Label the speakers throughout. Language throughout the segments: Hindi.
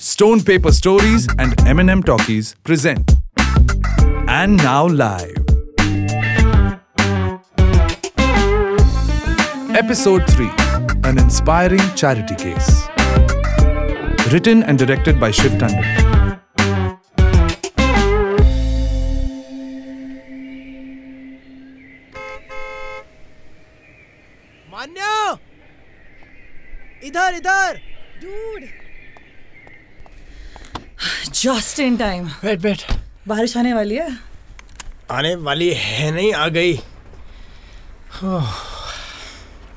Speaker 1: Stone Paper Stories and M&M Talkies present. And now live. Episode 3 An Inspiring Charity Case. Written and directed by Shiv Tandon.
Speaker 2: Manya इधर इधर
Speaker 3: डूड जस्ट इन टाइम
Speaker 2: बैठ बैठ
Speaker 3: बारिश आने वाली है
Speaker 2: आने वाली है नहीं आ गई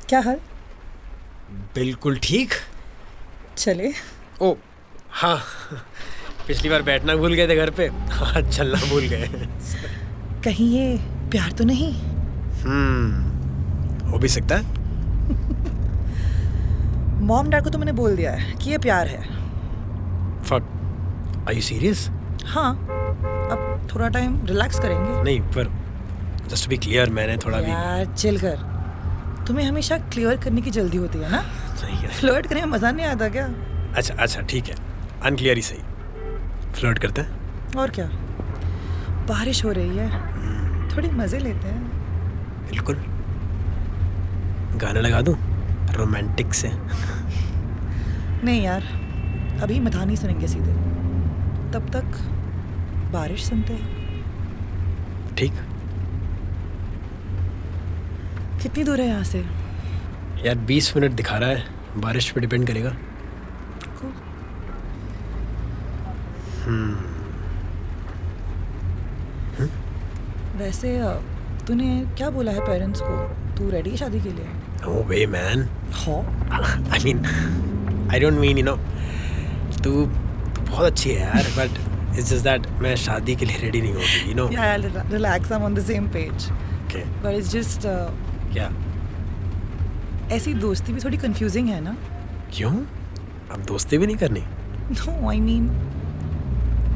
Speaker 3: क्या हाल
Speaker 2: बिल्कुल ठीक
Speaker 3: चले
Speaker 2: ओ हाँ पिछली बार बैठना भूल गए थे घर पे हाँ चलना भूल गए
Speaker 3: कहीं ये प्यार तो नहीं
Speaker 2: हो भी सकता है
Speaker 3: मॉम डैड को तो मैंने बोल दिया है कि ये प्यार है
Speaker 2: फक आर यू सीरियस
Speaker 3: हाँ अब थोड़ा टाइम रिलैक्स करेंगे
Speaker 2: नहीं पर जस्ट टू बी क्लियर मैंने थोड़ा भी
Speaker 3: यार चिल कर तुम्हें हमेशा क्लियर करने की जल्दी होती है ना
Speaker 2: नहीं किया।
Speaker 3: फ्लर्ट करने में मजा नहीं आता क्या
Speaker 2: अच्छा अच्छा ठीक है अनक्लियर ही सही फ्लर्ट करते हैं
Speaker 3: और क्या बारिश हो रही है थोड़ी मजे लेते हैं
Speaker 2: बिल्कुल गाना लगा दूं रोमांटिक से
Speaker 3: नहीं यार अभी मधानी सुनेंगे सीधे तब तक बारिश सुनते हैं
Speaker 2: ठीक
Speaker 3: कितनी दूर है यहाँ से
Speaker 2: यार 20 मिनट दिखा रहा है बारिश पे डिपेंड करेगा
Speaker 3: Cool. वैसे अ, तूने क्या बोला है पेरेंट्स को तू रेडी है शादी के लिए Oh.
Speaker 2: नो वे मैन
Speaker 3: हो
Speaker 2: I mean I don't mean you know तू तू बहुत अच्छी है यार बट इट्स जस्ट दैट मैं शादी के लिए रेडी नहीं होगी यू नो
Speaker 3: या relax I am on the same page
Speaker 2: okay
Speaker 3: but it's just
Speaker 2: क्या
Speaker 3: ऐसी दोस्ती भी थोड़ी कंफ्यूजिंग है ना
Speaker 2: क्यों अब दोस्ती भी नहीं करनी
Speaker 3: नो आई मीन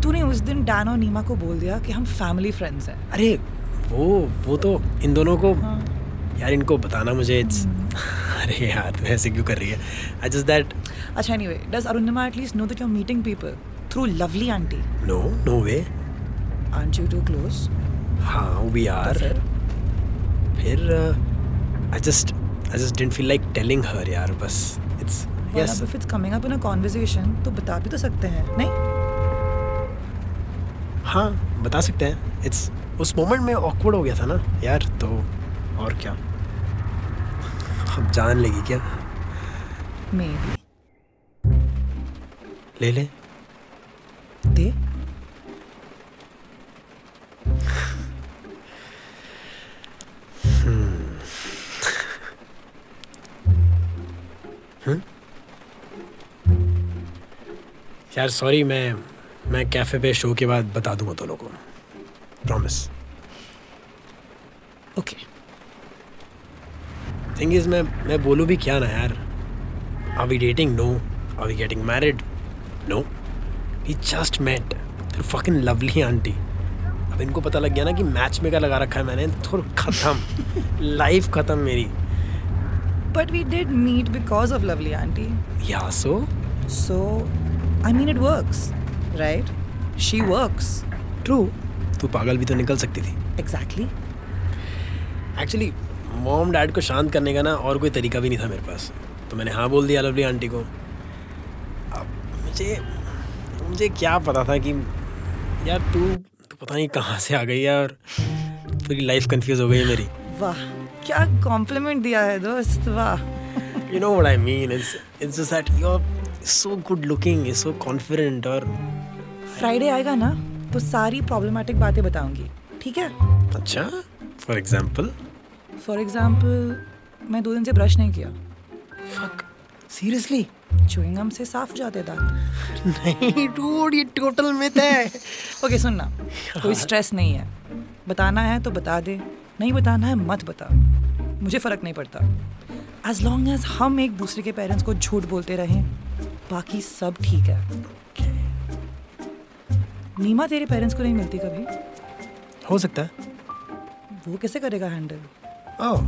Speaker 3: तूने उस दिन डैन और नीमा को बोल दिया कि हम फैमिली फ्रेंड्स हैं
Speaker 2: अरे वो वो तो इन दोनों को
Speaker 3: हाँ हम्म।
Speaker 2: यार इनको बताना मुझे it's- अरे यार तू ऐसे क्यों कर रही है आई जस्ट दैट
Speaker 3: अच्छा anyway does Arunima at least know that you are meeting people through lovely aunty
Speaker 2: no no way
Speaker 3: aunt you too close
Speaker 2: हाँ वो भी यार
Speaker 3: तो फिर?
Speaker 2: फिर uh, I just I just didn't feel like telling her यार बस इट्स
Speaker 3: Yes.
Speaker 2: यस
Speaker 3: अब if it's coming up in a conversation, तो बता भी तो सकते हैं नहीं
Speaker 2: हाँ बता सकते हैं इट्स उस मोमेंट में ऑकवर्ड हो गया था ना यार तो और क्या हम जान लेगी क्या
Speaker 3: मे बी
Speaker 2: ले ले
Speaker 3: दे
Speaker 2: यार सॉरी मैं मैं कैफ़े पे शो के बाद बता दूंगा दोनों को प्रॉमिस
Speaker 3: ओके
Speaker 2: थिंग इज मैं मैं बोलूँ भी क्या ना यार are we dating no are we getting married no we just met fucking lovely aunty अब इनको पता लग गया ना कि मैच मेकर लगा रखा है मैंने तो खत्म लाइफ खत्म मेरी
Speaker 3: but we did meet because of lovely aunty
Speaker 2: yeah so
Speaker 3: so I mean it works right she works
Speaker 2: true तू पागल भी तो निकल सकती थी
Speaker 3: एग्जैक्टली
Speaker 2: एक्चुअली मॉम डैड को शांत करने का ना और कोई तरीका भी नहीं था मेरे पास तो मैंने हाँ बोल दिया लवली आंटी को अब मुझे मुझे क्या पता था कि यार तू तू पता नहीं कहाँ से आ गई है और पूरी लाइफ कंफ्यूज हो गई है मेरी
Speaker 3: वाह क्या कॉम्प्लीमेंट दिया है दोस्त वाह
Speaker 2: you know what I mean it's it's just that you are so good looking so confident और
Speaker 3: फ्राइडे आएगा ना तो सारी प्रॉब्लमेटिक बातें बताऊंगी ठीक है
Speaker 2: अच्छा फॉर एग्जाम्पल
Speaker 3: फॉर एग्जाम्पल मैं दो दिन से ब्रश नहीं किया
Speaker 2: फक सीरियसली
Speaker 3: चुईंगम से साफ हो जाते दांत
Speaker 2: नहीं डूड ये टोटल मिथ है
Speaker 3: ओके सुनना कोई स्ट्रेस नहीं है बताना है तो बता दे नहीं बताना है मत बता मुझे फ़र्क नहीं पड़ता एज लॉन्ग एज हम एक दूसरे के पेरेंट्स को झूठ बोलते रहें बाकी सब ठीक है नीमा तेरे पेरेंट्स को नहीं मिलती कभी
Speaker 2: हो सकता है
Speaker 3: वो कैसे करेगा हैंडल
Speaker 2: ओह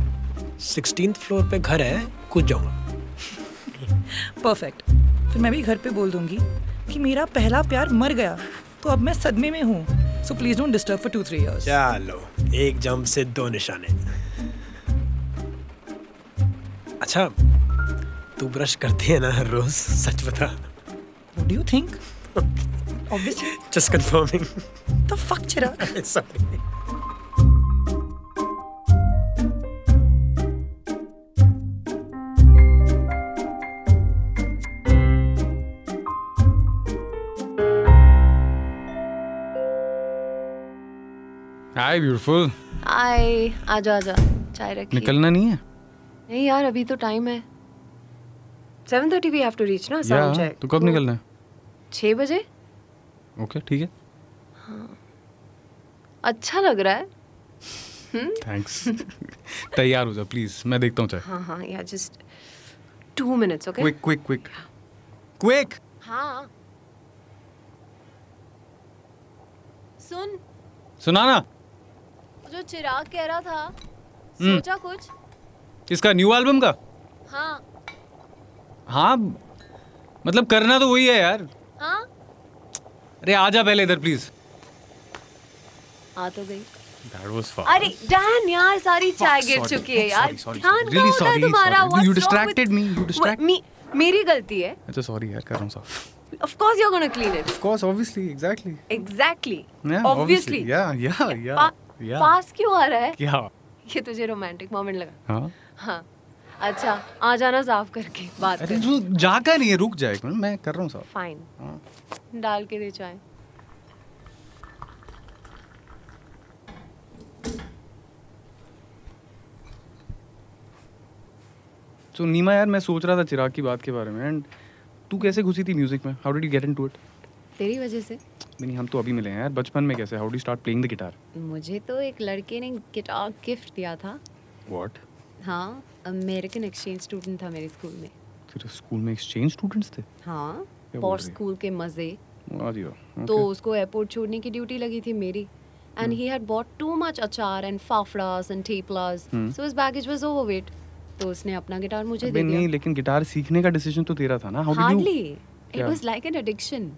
Speaker 2: सिक्सटीन फ्लोर पे घर है कुछ जाऊंगा
Speaker 3: परफेक्ट फिर मैं भी घर पे बोल दूंगी कि मेरा पहला प्यार मर गया तो अब मैं सदमे में हूँ so please don't disturb for two three years
Speaker 2: चलो एक जंप से दो निशाने अच्छा तू ब्रश करती है ना हर रोज सच बता
Speaker 3: would you think obviously
Speaker 2: just confirming
Speaker 3: the fuck Chirag
Speaker 2: sorry
Speaker 4: hi beautiful
Speaker 5: आए आजा आजा चाय रखी
Speaker 4: निकलना नहीं है
Speaker 5: नहीं यार अभी तो टाइम है seven thirty we have to reach ना साउंड
Speaker 4: या
Speaker 5: चेक
Speaker 4: तो कब निकलना है
Speaker 5: छः बजे
Speaker 4: ओके ठीक है
Speaker 5: अच्छा लग रहा है
Speaker 4: थैंक्स तैयार हो जा प्लीज मैं देखता हूँ चाय
Speaker 5: हाँ हाँ yeah just two minutes okay
Speaker 4: quick quick quick quick
Speaker 5: हाँ सुन
Speaker 4: सुनाना
Speaker 5: जो चिराग कह रहा था
Speaker 4: हम्म।
Speaker 5: सोचा कुछ
Speaker 4: इसका न्यू एल्बम का
Speaker 5: हाँ
Speaker 4: हाँ मतलब करना तो वही है यार
Speaker 5: हाँ
Speaker 4: अरे आ जा पहले इधर प्लीज
Speaker 5: आ तो गई
Speaker 4: दैट वाज
Speaker 5: अरे डैन यार सारी चाय गिर
Speaker 4: sorry.
Speaker 5: चुकी है
Speaker 4: Oh,
Speaker 5: यार
Speaker 4: sorry, sorry,
Speaker 5: ध्यान
Speaker 4: sorry.
Speaker 5: कहाँ
Speaker 4: Really
Speaker 5: होता है
Speaker 4: sorry,
Speaker 5: तुम्हारा
Speaker 4: sorry. You
Speaker 5: What's wrong
Speaker 4: distracted
Speaker 5: with-
Speaker 4: me, you
Speaker 5: What-
Speaker 4: distracted-
Speaker 5: me- मेरी गलती है
Speaker 4: अच्छा सॉरी यार कर रहा हूँ साफ
Speaker 5: of course you are gonna clean it
Speaker 4: of course obviously exactly
Speaker 5: exactly
Speaker 4: Yeah,
Speaker 5: obviously
Speaker 4: obviously. Yeah, yeah, yeah, yeah.
Speaker 5: पास क्यों आ रहा है
Speaker 4: क्या
Speaker 5: ये तुझे रोमांटिक मोमेंट लगा
Speaker 4: हाँ
Speaker 5: हाँ अच्छा आ जाना साफ करके बात
Speaker 4: अरे
Speaker 5: कर
Speaker 4: तू जाका नहीं है रुक जा एक मिनट मैं कर रहा हूँ साफ हाँ।
Speaker 5: फाइन डाल के दे चाय
Speaker 4: सो नीमा यार मैं सोच रहा था चिराग की बात के बारे में एंड तू कैसे घुसी थी म्यूजिक में how did you get into it
Speaker 5: तेरी वजह से
Speaker 4: नहीं हम तो अभी मिले हैं यार बचपन में कैसे how do start playing the guitar
Speaker 5: मुझे तो एक लड़के ने गिटार गिफ्ट दिया था
Speaker 4: व्हाट
Speaker 5: हाँ अमेरिकन एक्सचेंज स्टूडेंट था मेरे स्कूल में
Speaker 4: तेरे स्कूल में एक्सचेंज स्टूडेंट्स थे
Speaker 5: हाँ
Speaker 4: क्या बोल
Speaker 5: और
Speaker 4: रही है?
Speaker 5: स्कूल के मज़े
Speaker 4: वाह जी वाह
Speaker 5: तो उसको एयरपोर्ट छोड़ने की ड्यूटी लगी थी मेरी and
Speaker 4: Hmm.
Speaker 5: He had bought too much achar and fafdas and theplas so his baggage was overweight तो उसने अपना गिटार मुझे
Speaker 4: Hmm. अबे
Speaker 5: दे
Speaker 4: नहीं
Speaker 5: दिया
Speaker 4: लेकिन गिटार सीखने का डिसीजन तो तेरा था ना how did
Speaker 5: hardly
Speaker 4: you
Speaker 5: it
Speaker 4: Yeah.
Speaker 5: Was like an addiction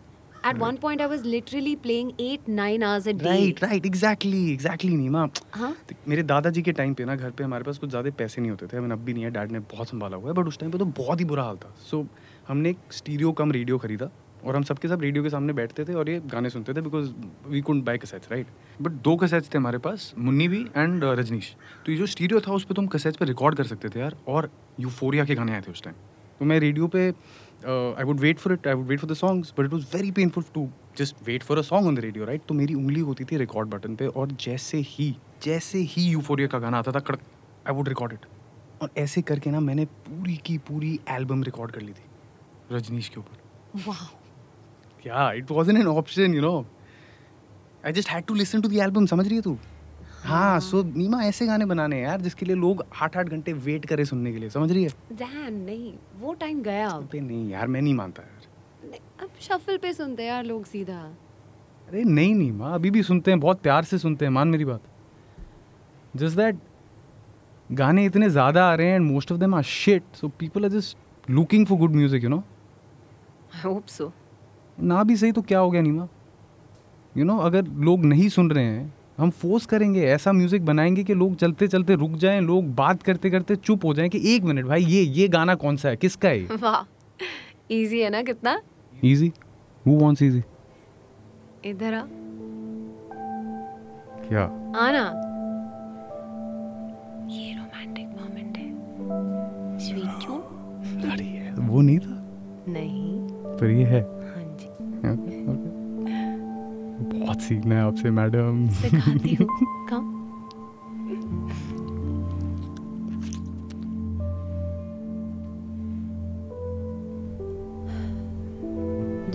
Speaker 5: at one point I was literally playing 8 9 hours a day
Speaker 4: right right exactly exactly Neema
Speaker 5: हाँ
Speaker 4: तो मेरे दादाजी के टाइम पे ना घर पे हमारे पास कुछ ज़्यादा पैसे नहीं होते थे मैंने अब भी नहीं है डैड ने बहुत संभाला हुआ है बट उस टाइम पे तो बहुत ही बुरा हाल था सो हमने एक स्टीरियो कम रेडियो खरीदा और हम सबके सब रेडियो के सामने बैठते थे और ये गाने सुनते थे because we couldn't buy cassettes right but दो कसैट्स थे हमारे पास मुन्नी भी एंड रजनीश तो ये जो स्टीरियो था उस पर तुम कसैट्स पे रिकॉर्ड कर सकते थे यार और यूफोरिया के गाने आए थे उस टाइम तो मैं रेडियो पे uh, I would wait for it I would wait for the songs but it was very painful to just wait for a song on the radio right तो मेरी उंगली होती थी रिकॉर्ड बटन पे और जैसे ही जैसे ही यूफोरिया का गाना आता था कड़क आई वुड रिकॉर्ड इट और ऐसे करके ना मैंने पूरी की पूरी एल्बम रिकॉर्ड कर ली थी रजनीश के ऊपर क्या it was an option you know I just had to listen to the album समझ रही है तू हाँ सो नीमा ऐसे गाने बनाने हैं यार जिसके लिए लोग आठ आठ घंटे वेट करें सुनने के लिए समझ रही है
Speaker 5: डैन नहीं वो टाइम गया अब
Speaker 4: अबे नहीं यार मैं नहीं मानता यार
Speaker 5: अब शफल पे सुनते हैं यार लोग सीधा
Speaker 4: अरे नहीं नहीं माँ अभी भी सुनते हैं बहुत प्यार से सुनते हैं मान मेरी बात जस्ट दैट गाने इतने ज़्यादा आ रहे हैं and most of them are shit so people are just looking for good music you know
Speaker 5: I hope so
Speaker 4: ना भी सही तो क्या हो गया नीमा यू नो अगर लोग नहीं सुन रहे हैं हम फोर्स करेंगे ऐसा म्यूज़िक बनाएंगे कि लोग चलते चलते रुक जाएं लोग बात करते करते चुप हो जाएं कि एक मिनट भाई ये ये गाना कौन सा है किसका है
Speaker 5: वाह इजी है ना कितना
Speaker 4: ये ईजी हु वॉन्ट्स ईजी
Speaker 5: इधर आ
Speaker 4: क्या
Speaker 5: आना ये रोमांटिक मोमेंट है स्वीट क्यों
Speaker 4: अरे यार, वो नहीं था
Speaker 5: नहीं
Speaker 4: पर ये है
Speaker 5: हाँ जी
Speaker 4: Okay, okay. बहुत सीखना है आपसे मैडम
Speaker 5: सिखाती हूँ come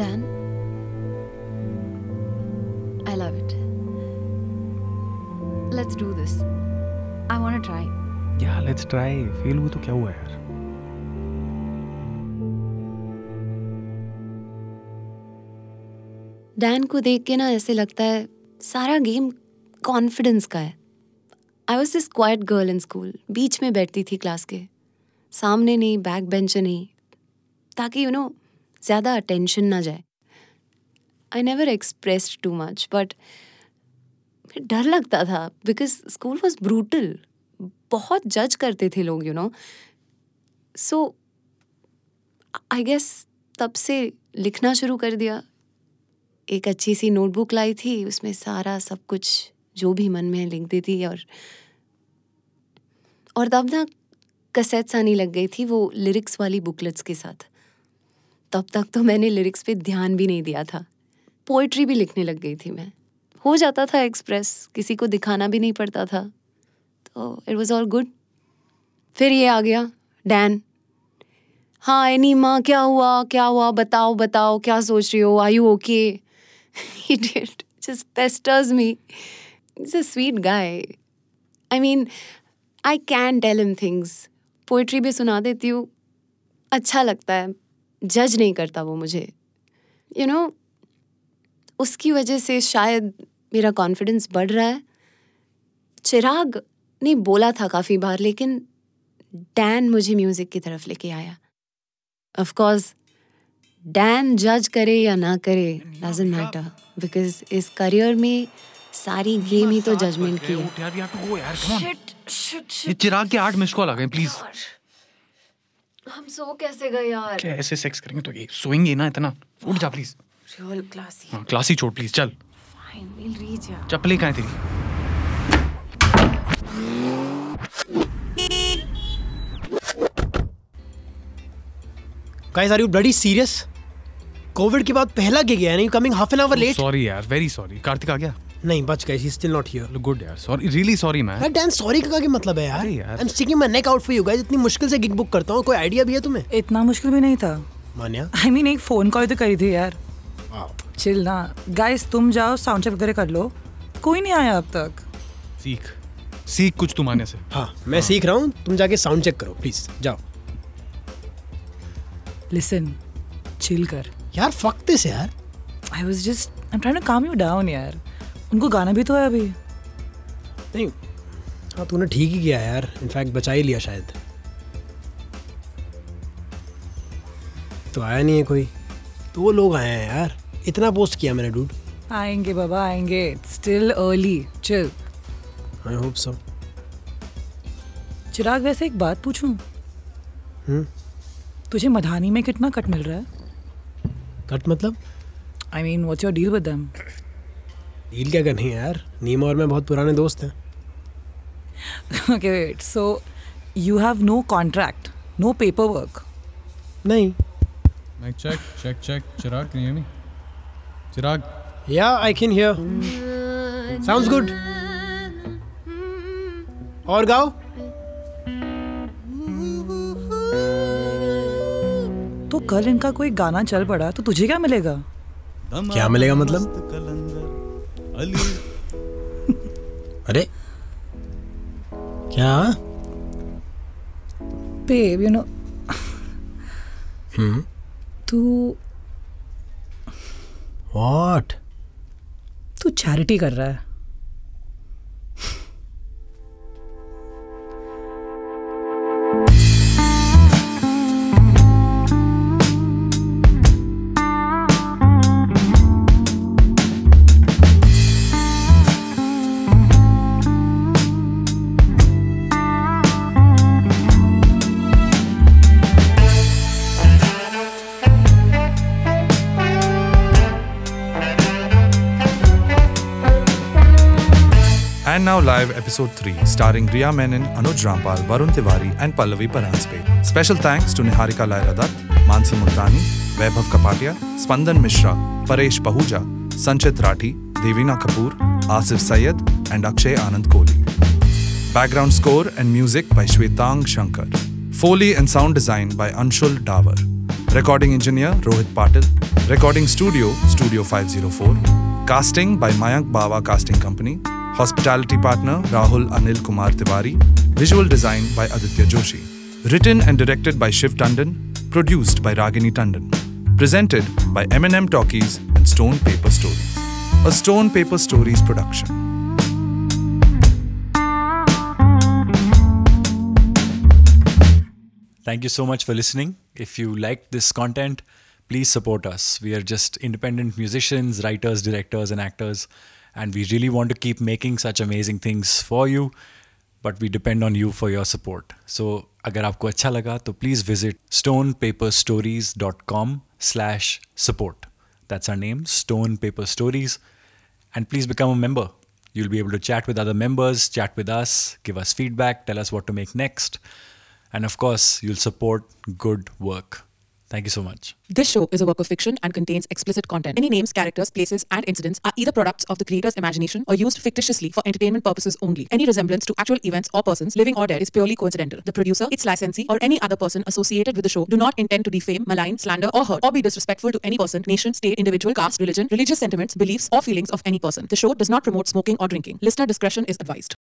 Speaker 5: done I love it let's do this I want to try
Speaker 4: yeah let's try fail हुआ तो क्या हुआ यार
Speaker 5: डैन को देख के ना ऐसे लगता है सारा गेम कॉन्फिडेंस का है I was this quiet girl in school बीच में बैठती थी क्लास के सामने नहीं बैक बेंच नहीं ताकि यू नो ज़्यादा अटेंशन ना जाए I never expressed too much but डर लगता था बिकॉज स्कूल वॉज ब्रूटल बहुत जज करते थे लोग you know so I guess तब से लिखना शुरू कर दिया एक अच्छी सी नोटबुक लाई थी उसमें सारा सब कुछ जो भी मन में है लिख देती और और तब ना कसैत सानी लग गई थी वो लिरिक्स वाली बुकलेट्स के साथ तब तक तो मैंने लिरिक्स पे ध्यान भी नहीं दिया था पोइट्री भी लिखने लग गई थी मैं हो जाता था एक्सप्रेस किसी को दिखाना भी नहीं पड़ता था तो इट वॉज ऑल गुड फिर ये आ गया डैन हाँ एनी माँ क्या हुआ क्या हुआ बताओ बताओ क्या सोच रही हो I you okay he did just pesters me is a sweet guy I mean I can tell him things poetry भी सुना देती हूँ अच्छा लगता है जज नहीं करता वो मुझे यू you नो know, उसकी वजह से शायद मेरा कॉन्फिडेंस बढ़ रहा है चिराग ने बोला था काफ़ी बार लेकिन डैन मुझे म्यूज़िक की तरफ लेके आया ऑफ कोर्स डैन जज करे या ना करे डजेंट मैटर बिकॉज इस करियर में सारी गेम ही तो जजमेंट की है
Speaker 4: यार वी हैव टू गो यार कम ऑन ये चिराग के आठ मिस कॉल आ गए प्लीज
Speaker 5: हम सो कैसे गए यार
Speaker 4: क्या ऐसे सेक्स करेंगे तो ये सोएंगे ना इतना उठ जा प्लीज
Speaker 6: Real classy.
Speaker 4: हाँ क्लास ही छोड़ प्लीज चल
Speaker 6: Fine, we'll reach out.
Speaker 4: चप्पलें कहाँ है तेरी
Speaker 2: guys are you bloody serious Covid के बाद पहला गिग है you coming half an hour late
Speaker 4: sorry यार वेरी सॉरी कार्तिक आ गया
Speaker 2: नहीं बच गए ही स्टिल नॉट हियर
Speaker 4: गुड यार सॉरी रियली सॉरी मैन
Speaker 2: यार डैन सॉरी का क्या मतलब है यार
Speaker 4: अरे यार।
Speaker 2: I am sticking my neck out for you guys इतनी मुश्किल से गिग बुक करता हूँ कोई आइडिया भी है तुम्हें
Speaker 3: इतना मुश्किल भी नहीं था
Speaker 2: Manya
Speaker 3: I I mean mean, एक फ़ोन कॉल तो करी थी यार चिल ना गाइस तुम जाओ साउंड चेक वगैरह कर लो कोई नहीं आया अब तक
Speaker 4: सीख सीख कुछ तुम्हारे से
Speaker 2: हाँ मैं सीख रहा हूँ तुम जाके साउंड चेक करो प्लीज जाओ
Speaker 3: लिसन चिल कर
Speaker 2: यार फक दिस यार
Speaker 3: I was just I am trying to calm you down यार उनको गाना भी तो है अभी
Speaker 2: नहीं हाँ तूने ठीक ही किया यार इनफैक्ट बचा ही लिया शायद तो आया नहीं है कोई दो लोग आए हैं यार इतना पोस्ट किया मैंने डूड
Speaker 3: आएंगे बाबा आएंगे still early chill
Speaker 2: I hope so
Speaker 3: Chirag वैसे एक बात पूछूं
Speaker 2: हम्म।
Speaker 3: तुझे मधानी में कितना कट मिल रहा है
Speaker 2: कट मतलब
Speaker 3: I mean what's your deal with them
Speaker 2: deal क्या करनी है यार नीमा और मैं बहुत पुराने दोस्त हैं
Speaker 3: okay wait so you have no contract no paper work
Speaker 2: नहीं
Speaker 7: Mic check, check, check. Chirag, can you hear me? Chirag,
Speaker 2: yeah I can hear sounds good और गाओ
Speaker 3: तो कल इनका कोई गाना चल पड़ा तो तुझे क्या मिलेगा
Speaker 2: क्या मिलेगा मतलब अरे क्या
Speaker 3: babe, you know. तू
Speaker 2: व्हाट
Speaker 3: तू चैरिटी कर रहा है
Speaker 1: And now live episode 3, starring Riya Menon, Anuj Rampal, Varun Tiwari, and Pallavi Paranzpe. Special thanks to Niharika Laira Dutt, Mansi Multani, Vaibhav Kapadia, Spandan Mishra, Paresh Pahuja, Sanchit Rathi, Devina Kapoor, Asif Sayed, and Akshay Anand Kohli. Background score and music by Shwetang Shankar. Foley and sound design by Anshul Dawar. Recording engineer Rohit Patil. Recording studio Studio 504. Casting by Mayank Bawa Casting Company. Hospitality partner Rahul Anil Kumar Tiwari. Visual design by Aditya Joshi. Written and directed by Shiv Tandon. Produced by Ragini Tandon. Presented by M&M Talkies and Stone Paper Stories. A Stone Paper Stories production.
Speaker 8: Thank you so much for listening. If you liked this content, please support us. We are just independent musicians, writers, directors, and actors, and we really want to keep making such amazing things for you. But we depend on you for your support. So अगर आपको अच्छा लगा तो please visit stonepaperstories.com slash support. That's our name, Stone Paper Stories. And please become a member. You'll be able to chat with other members, chat with us, give us feedback, tell us what to make next. And of course, you'll support good work. Thank you so much.
Speaker 9: This show is a work of fiction and contains explicit content. Any names, characters, places, and incidents are either products of the creator's imagination or used fictitiously for entertainment purposes only. Any resemblance to actual events or persons, living or dead, is purely coincidental. The producer, its licensee, or any other person associated with the show do not intend to defame, malign, slander, or hurt, or be disrespectful to any person, nation, state, individual, caste, religion, religious sentiments, beliefs, or feelings of any person. The show does not promote smoking or drinking. Listener discretion is advised.